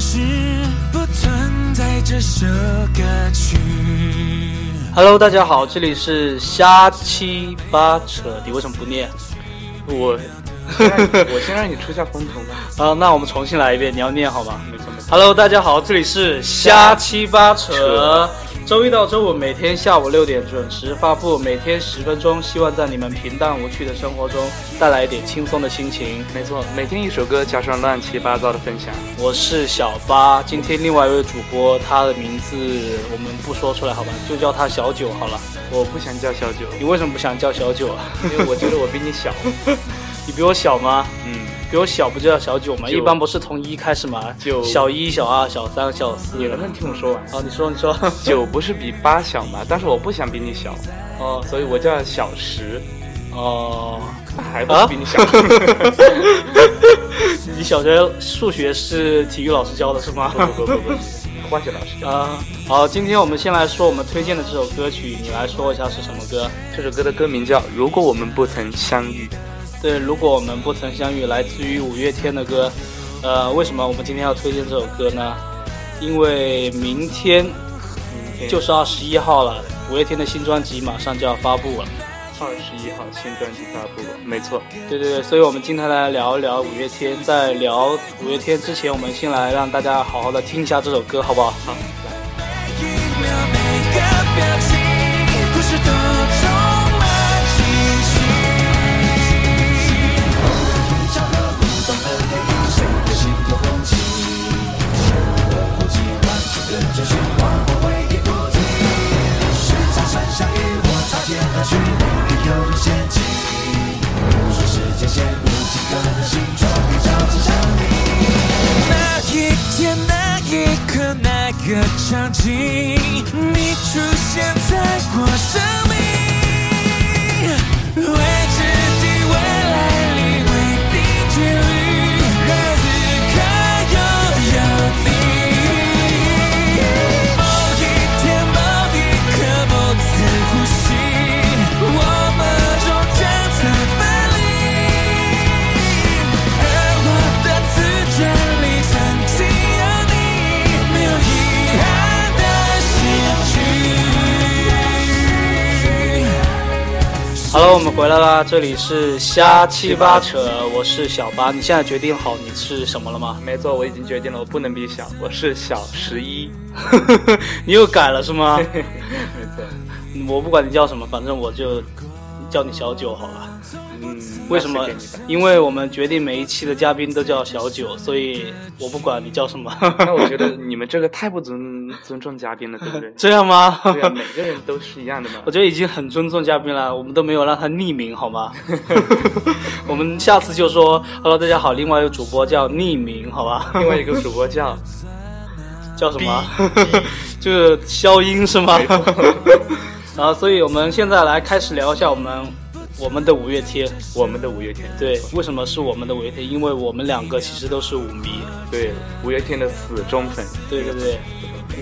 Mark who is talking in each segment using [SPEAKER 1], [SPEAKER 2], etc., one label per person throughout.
[SPEAKER 1] 实不存在这首歌曲。
[SPEAKER 2] Hello，大家好，这里是瞎七八扯，你为什么不念？我
[SPEAKER 3] 先让你我先让你出下风头吧。
[SPEAKER 2] 啊，那我们重新来一遍，你要念好吗
[SPEAKER 3] 没错没错。
[SPEAKER 2] ？Hello，大家好，这里是瞎七八扯，周一到周五每天下午六点准时发布，每天十分钟，希望在你们平淡无趣的生活中带来一点轻松的心情。
[SPEAKER 3] 没错，每天一首歌加上乱七八糟的分享。
[SPEAKER 2] 我是小八，今天另外一位主播，他的名字我们不说出来好吧，就叫他小九好了。
[SPEAKER 3] 我不想叫小九，
[SPEAKER 2] 你为什么不想叫小九啊？
[SPEAKER 3] 因为我觉得我比你小。
[SPEAKER 2] 你比我小吗？
[SPEAKER 3] 嗯，
[SPEAKER 2] 比我小不就叫小九吗？
[SPEAKER 3] 九
[SPEAKER 2] 一般不是从一开始吗？
[SPEAKER 3] 九
[SPEAKER 2] 小一、小二、小三、小四。
[SPEAKER 3] 你能不能听我说完？
[SPEAKER 2] 好，你说，你说。
[SPEAKER 3] 九不是比八小吗？但是我不想比你小，
[SPEAKER 2] 哦
[SPEAKER 3] 所以我叫小十，
[SPEAKER 2] 哦，
[SPEAKER 3] 还不是比你
[SPEAKER 2] 啊
[SPEAKER 3] 小。
[SPEAKER 2] 你小学数学是体育老师教的是吗？
[SPEAKER 3] 不不不不不，化学老师教。
[SPEAKER 2] 啊，好，今天我们先来说我们推荐的这首歌曲，你来说一下是什么歌？
[SPEAKER 3] 这首歌的歌名叫《如果我们不曾相遇》。
[SPEAKER 2] 对，如果我们不曾相遇，来自于五月天的歌。呃，为什么我们今天要推荐这首歌呢？因为明天就是是二十一号了，五月天的新专辑马上就要发布了。
[SPEAKER 3] 二十一号新专辑发布，没错。
[SPEAKER 2] 对对对，所以我们今天来聊一聊五月天。在聊五月天之前，我们先来让大家好好的听一下这首歌，好不好？
[SPEAKER 3] 好，
[SPEAKER 1] 每一秒，每个表情，故事都充满情绪。潮流不懂得给谁的心有红旗，我鼓起顽强的追寻，我会也不停。时常穿上与我擦肩而去，没有陷阱。说时间线无迹可寻，终于找到相你。那一天，那一刻，那个场景，你出现在我生命，未知的未来里，未定距离，让此刻拥有你。某一天，某一刻，某次呼吸，我们终将再分离。而我的自传里曾经有你，没有遗憾的失去。
[SPEAKER 2] 好了，我们回来啦，这里是瞎七八扯，我是小八。你现在决定好你是什么了吗？
[SPEAKER 3] 没错，我已经决定了，我不能比你小，我是小十一。
[SPEAKER 2] 你又改了是吗？
[SPEAKER 3] 没错。
[SPEAKER 2] 我不管你叫什么，反正我就叫你小九好了。
[SPEAKER 3] 嗯，
[SPEAKER 2] 为什么
[SPEAKER 3] 那是给你？
[SPEAKER 2] 因为我们决定每一期的嘉宾都叫小九，所以我不管你叫什么。？
[SPEAKER 3] 的那我觉得你们这个太不尊尊重嘉宾了，对不对
[SPEAKER 2] 这样吗？
[SPEAKER 3] 对 啊，每个人都是一样 的嘛
[SPEAKER 2] 我。觉得已经很尊重嘉宾了，我们都没有让他匿名，好 吗？我们下次就说 “Hello，大家好”，另外一个主播叫匿名，好吧？
[SPEAKER 3] 另外一个主播叫，
[SPEAKER 2] 叫什么？ 就是消音是吗
[SPEAKER 3] 没错？
[SPEAKER 2] 啊，所以我们现在来开始聊一下我们我们的五月天。
[SPEAKER 3] 我们的五月天。
[SPEAKER 2] 对，为什么是我们的五月天？因为我们两个其实都是舞迷。
[SPEAKER 3] 对，五月天的死忠粉。
[SPEAKER 2] 对对对，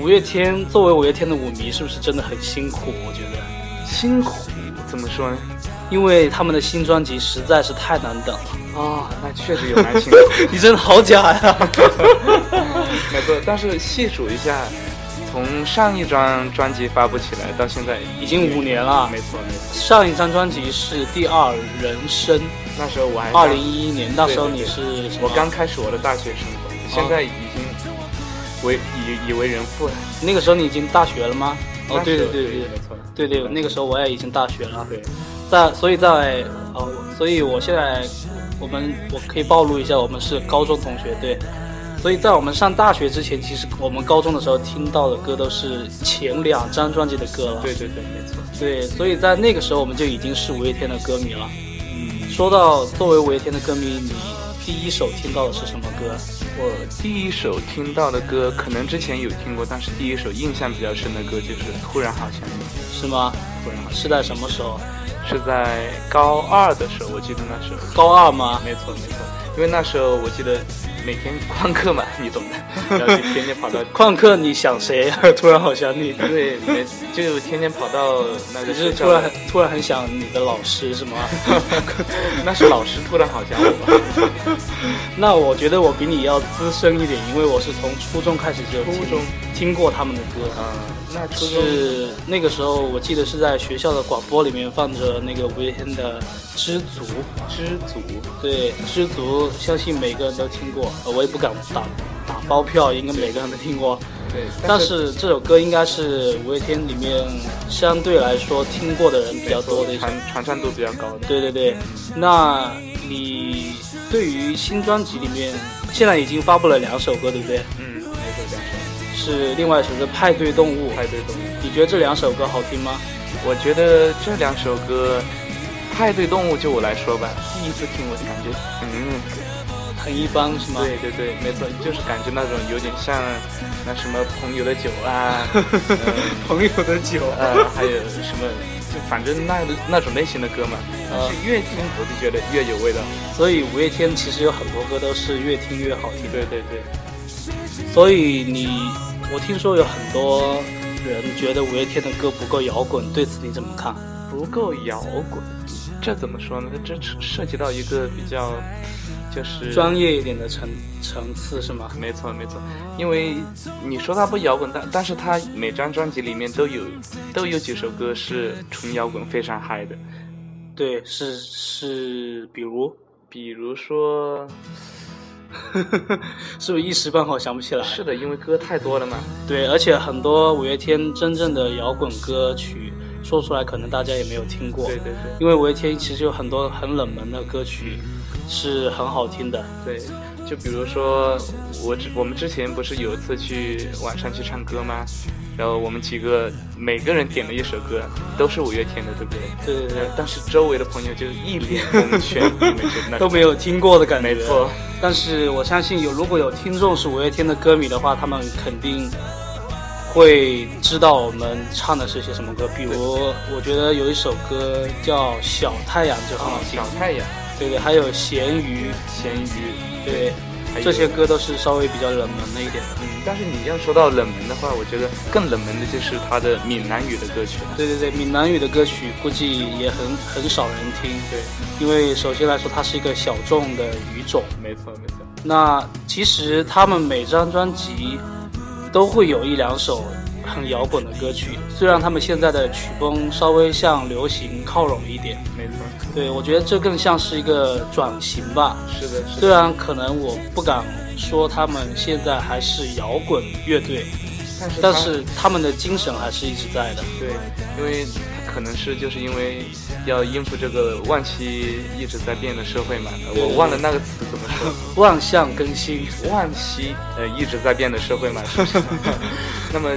[SPEAKER 2] 五月天作为五月天的舞迷，是不是真的很辛苦？我觉得，
[SPEAKER 3] 辛苦怎么说呢？
[SPEAKER 2] 因为他们的新专辑实在是太难等了。
[SPEAKER 3] 啊、那确实有蛮辛苦。
[SPEAKER 2] 你真的好假呀！
[SPEAKER 3] 没错，但是细数一下，从上一张专辑发布起来到现在
[SPEAKER 2] 已经五年了
[SPEAKER 3] 没错没错，
[SPEAKER 2] 上一张专辑是《第二人生》，
[SPEAKER 3] 那时候我还
[SPEAKER 2] 二零一一年，那时候
[SPEAKER 3] 对
[SPEAKER 2] 你
[SPEAKER 3] 哎对
[SPEAKER 2] 是什么
[SPEAKER 3] 我刚开始我的大学生活，现在已经为已已为人父了。
[SPEAKER 2] 那个时候你已经大学了吗？哦，
[SPEAKER 3] 那
[SPEAKER 2] 对对
[SPEAKER 3] 时候
[SPEAKER 2] 对对
[SPEAKER 3] 没错，
[SPEAKER 2] 对对，那个时候我也已经大学了。
[SPEAKER 3] 对，
[SPEAKER 2] 在所以在哦，所以我现在我们我可以暴露一下，我们是高中同学，对。所以在我们上大学之前，其实我们高中的时候听到的歌都是前两张专辑的歌了。
[SPEAKER 3] 对对对，没错。
[SPEAKER 2] 对，所以在那个时候我们就已经是五月天的歌迷了。
[SPEAKER 3] 嗯，
[SPEAKER 2] 说到作为五月天的歌迷，你第一首听到的是什么歌？
[SPEAKER 3] 我第一首听到的歌，可能之前有听过，但是第一首印象比较深的歌就是《突然好想你》，
[SPEAKER 2] 是吗？
[SPEAKER 3] 突然好想
[SPEAKER 2] 是在什么时候？
[SPEAKER 3] 你，是在高二的时候，我记得那时候。
[SPEAKER 2] 高二吗？
[SPEAKER 3] 没错没错，因为那时候我记得每天旷课嘛，你懂的，然后就天天跑到
[SPEAKER 2] 旷课你想谁？ 突然好想你，
[SPEAKER 3] 对，每就天天跑到那
[SPEAKER 2] 你
[SPEAKER 3] 个
[SPEAKER 2] 是
[SPEAKER 3] 学
[SPEAKER 2] 突
[SPEAKER 3] 校
[SPEAKER 2] 然，突然很想你的老师是 吗？
[SPEAKER 3] 那是老师突然好想我吧，
[SPEAKER 2] 那我觉得我比你要资深一点，因为我是从初中开始就听
[SPEAKER 3] 初中
[SPEAKER 2] 听过他们的歌。
[SPEAKER 3] 嗯，那初中
[SPEAKER 2] 是那个时候，我记得是在学校的广播里面放着那个五月天的《知足》，
[SPEAKER 3] 知足，
[SPEAKER 2] 对，《知足》相信每个人都听过，呃我也不敢打打包票，应该每个人都听过。
[SPEAKER 3] 对，
[SPEAKER 2] 但是这首歌应该是五月天里面相对来说听过的人比较多的一首
[SPEAKER 3] 传传唱度比较高的，
[SPEAKER 2] 对对对，那你对于新专辑里面，现在已经发布了两首歌，对不对？
[SPEAKER 3] 嗯，没错，两首
[SPEAKER 2] 是另外一首是《派对动物》，
[SPEAKER 3] 派对动物。
[SPEAKER 2] 你觉得这两首歌好听吗？
[SPEAKER 3] 我觉得这两首歌，《派对动物》就我来说吧，第一次听我感觉，嗯，
[SPEAKER 2] 很一般是吗？
[SPEAKER 3] 对对对，没错，就是感觉那种有点像那什么朋友的酒 啊，嗯
[SPEAKER 2] 朋友的酒
[SPEAKER 3] 呃，还有什么，就反正那那种类型的歌嘛。
[SPEAKER 2] 嗯
[SPEAKER 3] 但是越听我就觉得越有味道。
[SPEAKER 2] 所以五月天其实有很多歌都是越听越好听。
[SPEAKER 3] 对对对，
[SPEAKER 2] 所以你，我听说有很多人觉得五月天的歌不够摇滚，对此你怎么看？
[SPEAKER 3] 不够摇滚，这怎么说呢？这这涉及到一个比较，就是
[SPEAKER 2] 专业一点的层层次是吗？
[SPEAKER 3] 没错没错，因为你说它不摇滚，但但是它每张专辑里面都有都有几首歌是纯摇滚，非常嗨的。
[SPEAKER 2] 对，是是，比如。
[SPEAKER 3] 比如说，
[SPEAKER 2] 是不是一时半会儿想不起来？
[SPEAKER 3] 是的，因为歌太多了嘛。
[SPEAKER 2] 对，而且很多五月天真正的摇滚歌曲说出来，可能大家也没有听过。
[SPEAKER 3] 对对对
[SPEAKER 2] 因为五月天其实有很多很冷门的歌曲是很好听的。
[SPEAKER 3] 对，就比如说我之我们之前不是有一次去晚上去唱歌吗？然后我们几个每个人点了一首歌，都是五月天的，对不对？
[SPEAKER 2] 对对对
[SPEAKER 3] 然后但是周围的朋友就一脸蒙圈，你们就 那
[SPEAKER 2] 都嗯没有听过的感觉。
[SPEAKER 3] 没错。
[SPEAKER 2] 但是我相信有，如果有听众是五月天的歌迷的话，他们肯定会知道我们唱的是些什么歌。比如，我觉得有一首歌叫《小太阳》就很好
[SPEAKER 3] 啊，
[SPEAKER 2] 听
[SPEAKER 3] 小。太阳、
[SPEAKER 2] 对对，还有《咸鱼》。
[SPEAKER 3] 咸鱼，
[SPEAKER 2] 对
[SPEAKER 3] 还，有
[SPEAKER 2] 这些歌都是稍微比较冷门的一点的。
[SPEAKER 3] 嗯，但是你要说到冷门的话，我觉得更冷门的就是他的闽南语的歌曲了。
[SPEAKER 2] 对对对，闽南语的歌曲估计也很很少人听，
[SPEAKER 3] 对，
[SPEAKER 2] 因为首先来说它是一个小众的语种。
[SPEAKER 3] 没错没错，
[SPEAKER 2] 那其实他们每张专辑都会有一两首很摇滚的歌曲，虽然他们现在的曲风稍微向流行靠拢一点，
[SPEAKER 3] 没错，
[SPEAKER 2] 对我觉得这更像是一个转型吧。
[SPEAKER 3] 是的，是的，
[SPEAKER 2] 虽然可能我不敢说他们现在还是摇滚乐队，
[SPEAKER 3] 但是
[SPEAKER 2] 但
[SPEAKER 3] 他
[SPEAKER 2] 是他们的精神还是一直在的。
[SPEAKER 3] 对，因为他可能是就是因为要应付这个万期一直在变的社会嘛，呃我忘了那个词怎么 说，
[SPEAKER 2] 万象更新，
[SPEAKER 3] 万期呃一直在变的社会嘛，是不是？那么，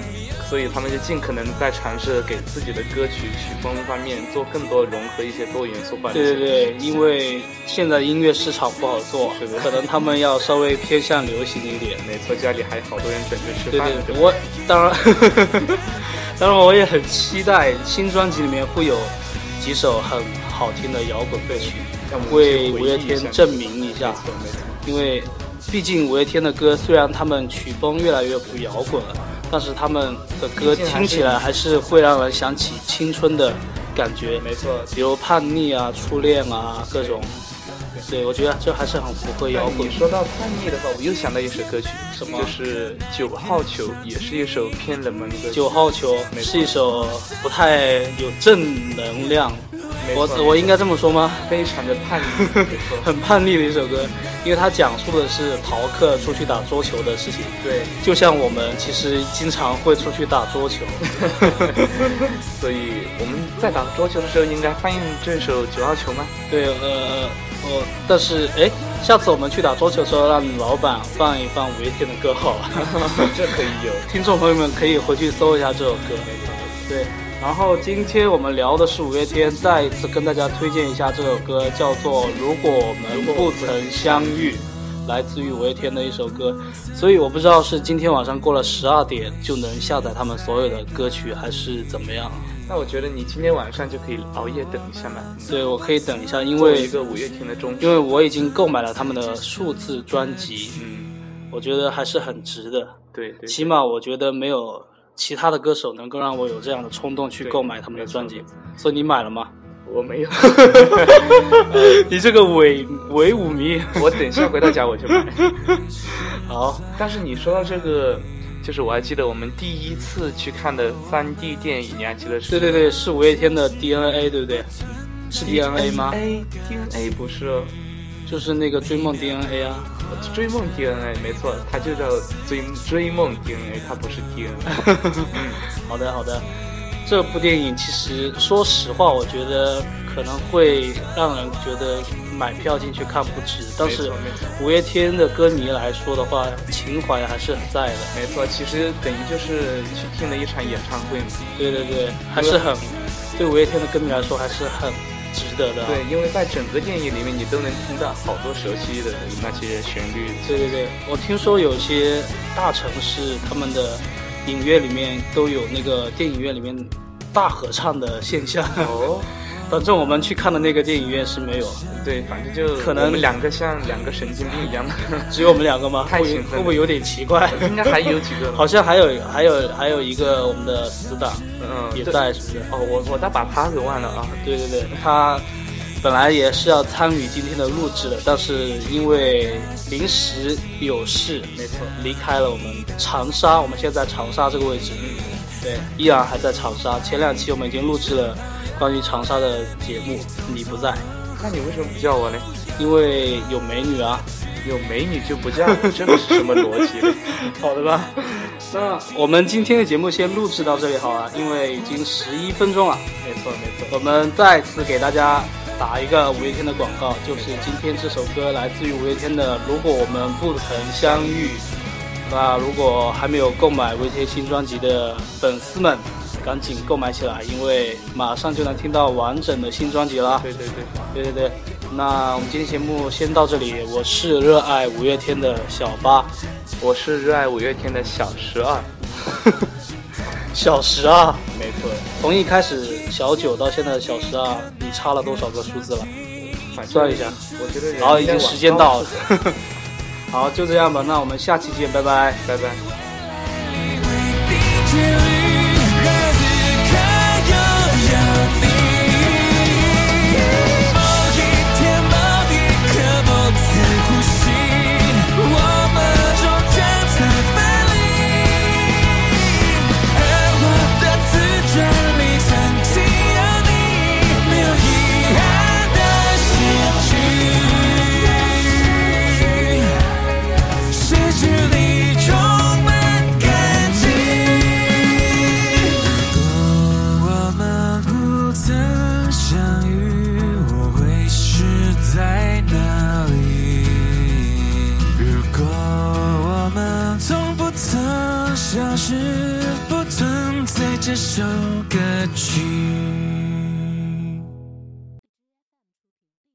[SPEAKER 3] 所以他们就尽可能在尝试给自己的歌曲曲风方面做更多融合一些多元素化的一
[SPEAKER 2] 对
[SPEAKER 3] 些。
[SPEAKER 2] 对对，因为现在音乐市场不好做
[SPEAKER 3] 是的，
[SPEAKER 2] 可能他们要稍微偏向流行一点。
[SPEAKER 3] 没错，家里还好多人准备吃
[SPEAKER 2] 对
[SPEAKER 3] 饭
[SPEAKER 2] 对
[SPEAKER 3] 呢，
[SPEAKER 2] 对，
[SPEAKER 3] 吧
[SPEAKER 2] 我当然， 当然我也很期待新专辑里面会有几首很好听的摇滚歌曲
[SPEAKER 3] 让我，们
[SPEAKER 2] 为
[SPEAKER 3] 去回忆
[SPEAKER 2] 五月
[SPEAKER 3] 一下
[SPEAKER 2] 天证明一
[SPEAKER 3] 没
[SPEAKER 2] 下。
[SPEAKER 3] 错没错。
[SPEAKER 2] 因为毕竟五月天的歌虽然他们曲风越来越不摇滚了，但是他们的歌听起来还是会让人想起青春的感觉，
[SPEAKER 3] 没错
[SPEAKER 2] 比如叛逆啊、初恋啊各种。对，我觉得这还是很符合摇滚
[SPEAKER 3] 你。说到叛逆的话，我又想到一首歌曲，
[SPEAKER 2] 什么
[SPEAKER 3] 就是《九号球》，也是一首偏冷门的歌曲。
[SPEAKER 2] 九号球
[SPEAKER 3] 没错
[SPEAKER 2] 是一首不太有正能量，
[SPEAKER 3] 没
[SPEAKER 2] 我
[SPEAKER 3] 错
[SPEAKER 2] 我应该这么说吗？
[SPEAKER 3] 非常的叛逆，没 错，
[SPEAKER 2] 很叛逆的一首歌，因为它讲述的是逃课出去打桌球的事情。
[SPEAKER 3] 对，
[SPEAKER 2] 就像我们其实经常会出去打桌 球，
[SPEAKER 3] 所以我们在打桌球的时候应该翻译这首《九号球》吗？
[SPEAKER 2] 对，呃，我但是哎，下次我们去打桌球的时候，让老板放一放五月天的歌好了。
[SPEAKER 3] 这可以有，
[SPEAKER 2] 听众朋友们可以回去搜一下这首歌。对，然后今天我们聊的是五月天，再一次跟大家推荐一下这首歌，叫做《如果我们不曾相遇》，来自于五月天的一首歌。所以我不知道是今天晚上过了十二点就能下载他们所有的歌曲，还是怎么样。
[SPEAKER 3] 那我觉得你今天晚上就可以熬夜等一下嘛，
[SPEAKER 2] 对我可以等一下，因
[SPEAKER 3] 作为一
[SPEAKER 2] 为
[SPEAKER 3] 个五月天的忠
[SPEAKER 2] 因
[SPEAKER 3] 实，
[SPEAKER 2] 为我已经购买了他们的数字专辑，
[SPEAKER 3] 嗯，
[SPEAKER 2] 我觉得还是很值的。
[SPEAKER 3] 对对，
[SPEAKER 2] 起码我觉得没有其他的歌手能够让我有这样的冲动去
[SPEAKER 3] 对
[SPEAKER 2] 购买他们的专辑
[SPEAKER 3] 没错。
[SPEAKER 2] 所以你买了吗？
[SPEAKER 3] 我没 有，
[SPEAKER 2] 你这个伪伪舞迷。
[SPEAKER 3] 我等一下回到家我就买。
[SPEAKER 2] 好，
[SPEAKER 3] 但是你说到这个，就是我还记得我们第一次去看的三 D 电影，你还记得是？
[SPEAKER 2] 对对对，是五月天的 DNA，对不对？是 DNA 吗？
[SPEAKER 3] ？DNA 不是哦，
[SPEAKER 2] 就是那个追梦 DNA 啊。
[SPEAKER 3] 追梦 DNA 没错，它就叫追追梦 DNA，它不是 DNA。
[SPEAKER 2] 好的好的，这部电影其实说实话，我觉得可能会让人觉得买票进去看不值，但
[SPEAKER 3] 没
[SPEAKER 2] 是
[SPEAKER 3] 错没错
[SPEAKER 2] 五月天的歌迷来说的话，情怀还是很在的。
[SPEAKER 3] 没错，其实等于就是去听了一场演唱会嘛。
[SPEAKER 2] 对对对，还是很对五月天的歌迷来说还是很值得的啊。
[SPEAKER 3] 对，因为在整个电影里面，你都能听到好多熟悉的那些旋律。
[SPEAKER 2] 对对对，我听说有些大城市他们的影院里面都有那个电影院里面大合唱的现象。
[SPEAKER 3] 哦，
[SPEAKER 2] 反正我们去看的那个电影院是没有，
[SPEAKER 3] 对，反正就
[SPEAKER 2] 可能
[SPEAKER 3] 我们两个像两个神经病 一样，
[SPEAKER 2] 只有我们两个吗？
[SPEAKER 3] 太
[SPEAKER 2] 会
[SPEAKER 3] 兴奋了
[SPEAKER 2] 会不会有点奇怪？
[SPEAKER 3] 应该还有几个吧。
[SPEAKER 2] 好像还有还有还有一个我们的死党
[SPEAKER 3] 嗯，
[SPEAKER 2] 也
[SPEAKER 3] 对
[SPEAKER 2] 在，是不是？
[SPEAKER 3] 哦，我我倒把他给忘了啊。
[SPEAKER 2] 对对对，他本来也是要参与今天的录制的，但是因为临时有事，
[SPEAKER 3] 没错
[SPEAKER 2] 离开了我们长沙。我们现在在长沙这个位置，
[SPEAKER 3] 嗯，
[SPEAKER 2] 对，依然还在长沙。前两期我们已经录制了关于长沙的节目，你不在，
[SPEAKER 3] 那你为什么不叫我呢？
[SPEAKER 2] 因为有美女啊，
[SPEAKER 3] 有美女就不叫，这个是什么逻辑呢？
[SPEAKER 2] 好的吧？那我们今天的节目先录制到这里好了，因为已经十一分钟了。
[SPEAKER 3] 没错没错，
[SPEAKER 2] 我们再次给大家打一个五月天的广告，就是今天这首歌来自于五月天的《如果我们不曾相遇》。那如果还没有购买五月天新专辑的粉丝们，赶紧购买起来，因为马上就能听到完整的新专辑啦。
[SPEAKER 3] 对对
[SPEAKER 2] 对
[SPEAKER 3] 对，
[SPEAKER 2] 对对，那我们今天节目先到这里，我是热爱五月天的小八，
[SPEAKER 3] 我是热爱五月天的小十二，
[SPEAKER 2] 小十啊。
[SPEAKER 3] 没错，
[SPEAKER 2] 从一开始小九到现在的小十啊，你差了多少个数字了？
[SPEAKER 3] 反正
[SPEAKER 2] 算一下，哦
[SPEAKER 3] 我觉得人
[SPEAKER 2] 好，已经时间到
[SPEAKER 3] 了，
[SPEAKER 2] 了。 好，就这样吧，那我们下期见，拜拜。
[SPEAKER 3] 拜拜。
[SPEAKER 1] 日子看有样子，某一天某一刻某次呼吸，我们终将再分离。而我的自传里曾经有你，没有遗憾的结局。失去你充满感激。如果我们不曾相遇，我会是在哪里？如果我们从不曾消失，不曾在这首歌曲。